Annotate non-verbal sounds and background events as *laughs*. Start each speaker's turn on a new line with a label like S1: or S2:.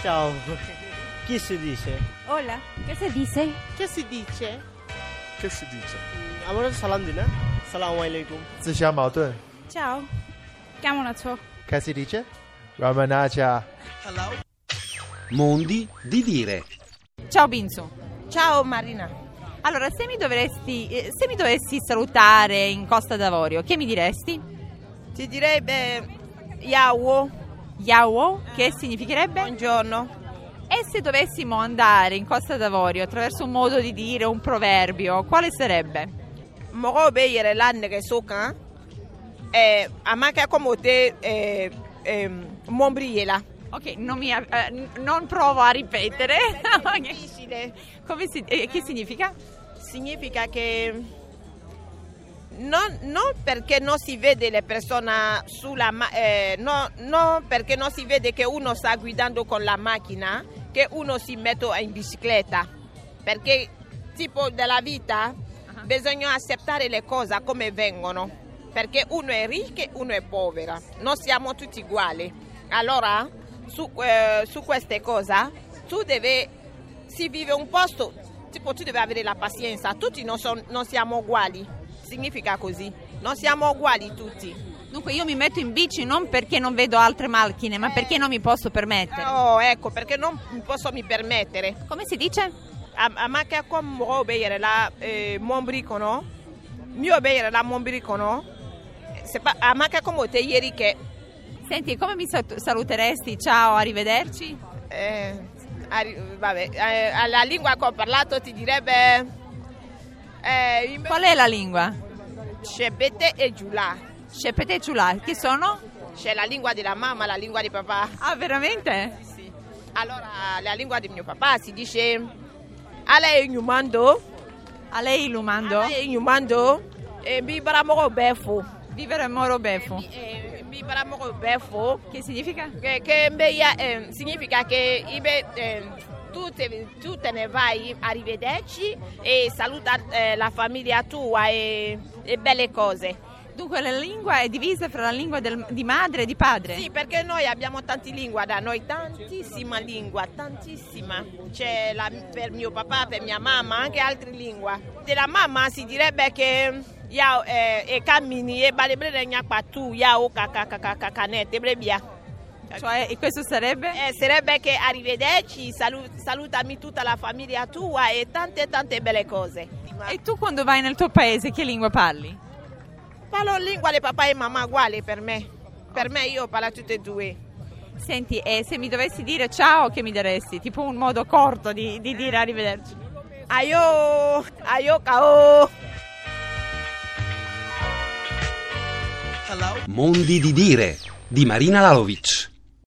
S1: Ciao. *laughs* Chi si dice?
S2: Hola, ¿qué se dice?
S3: Che si dice?
S1: Che si dice? আমরা সালাম দিই না সালাম আলাইকুম
S4: 自相矛盾。
S2: Ciao. Chiamo una ciò.
S4: Che si dice? Ramanaja.
S5: Mondi di dire.
S6: Ciao Binzo.
S3: Ciao Marina.
S6: Allora, se mi, dovresti, eh, se mi dovessi salutare in Costa d'Avorio, che mi diresti?
S3: Ti direi, beh, Yahoo,
S6: Yawo,
S3: Ah.
S6: che significherebbe?
S3: buongiorno.
S6: E se dovessimo andare in Costa d'Avorio attraverso un modo di dire, un proverbio, quale sarebbe?
S3: Mɔgɔw bɛ yɛrɛ la nɛgɛso kan eh, a ma kɛ komi o tɛ eh, eh, mɔnbiri ye la.
S6: Ok, non, mi, eh, n- non provo a ripetere. *laughs* Ok.
S3: Difficile.
S6: Come si- eh, che significa?
S3: Significa che non, non perché non si vede le persone sulla ma- eh, no- non perché non si vede che uno sta guidando con la macchina, che uno si mette in bicicletta. Perché tipo della vita bisogna accettare le cose come vengono. Perché uno è ricco e uno è povero. Non siamo tutti uguali. Allora, su, eh, su queste cose, tu devi, si vive un posto, tipo tu devi avere la pazienza. Tutti non, son- non siamo uguali. Significa così. Non siamo uguali tutti.
S6: Dunque io mi metto in bici non perché non vedo altre macchine,
S3: Eh.
S6: ma perché non mi posso permettere.
S3: Oh, ecco, perché non posso mi permettere.
S6: Come si dice?
S3: A, a ma che come mo obbedire la eh, mombrico, no? Mi obbedire la mombrico, no? Se pa- a ma che come te ieri che...
S6: Senti, come mi sal- saluteresti? Ciao, arrivederci.
S3: eh, arri- vabbè, eh, alla lingua che ho parlato ti direbbe... Eh, in-
S6: Qual è la lingua?
S3: Shebete e Giulà.
S6: Scepete e Ciulà, che sono?
S3: C'è la lingua della mamma, la lingua di papà.
S6: Ah, veramente?
S3: Sì. Allora, la lingua di mio papà si dice... Ala e Gnumando.
S6: A lei Lumando?
S3: Ala e Gnumando. E mi bramoro befo.
S6: Vivere Moro Befo.
S3: Eh, mi bramoro befo.
S6: Che significa?
S3: Che, che mbeia, eh, significa che ibe, eh, tu, te, tu te ne vai, arrivederci e saluta eh, la famiglia tua e, e belle cose.
S6: Dunque la lingua è divisa fra la lingua del- di madre e di padre.
S3: Sì, perché noi abbiamo tante lingue da noi, tantissima lingua, tantissima. C'è la, per mio papà, per mia mamma, anche altre lingue. Della mamma si direbbe che ya, eh, e cammini e balebre tu, ya o cacacacacanete, brebia.
S6: Cioè, e questo sarebbe?
S3: Eh, sarebbe che arrivederci, salu- salutami tutta la famiglia tua e tante tante belle cose. E
S6: E tu quando vai nel tuo paese che lingua parli?
S3: parlo lingua di papà e mamma uguale per me. Per me io parlo tutte e due.
S6: Senti, e se mi dovessi dire ciao che mi daresti? Tipo un modo corto di, di dire arrivederci.
S3: Aio, aio cao.
S5: Mondi di dire di Marina Lalovic.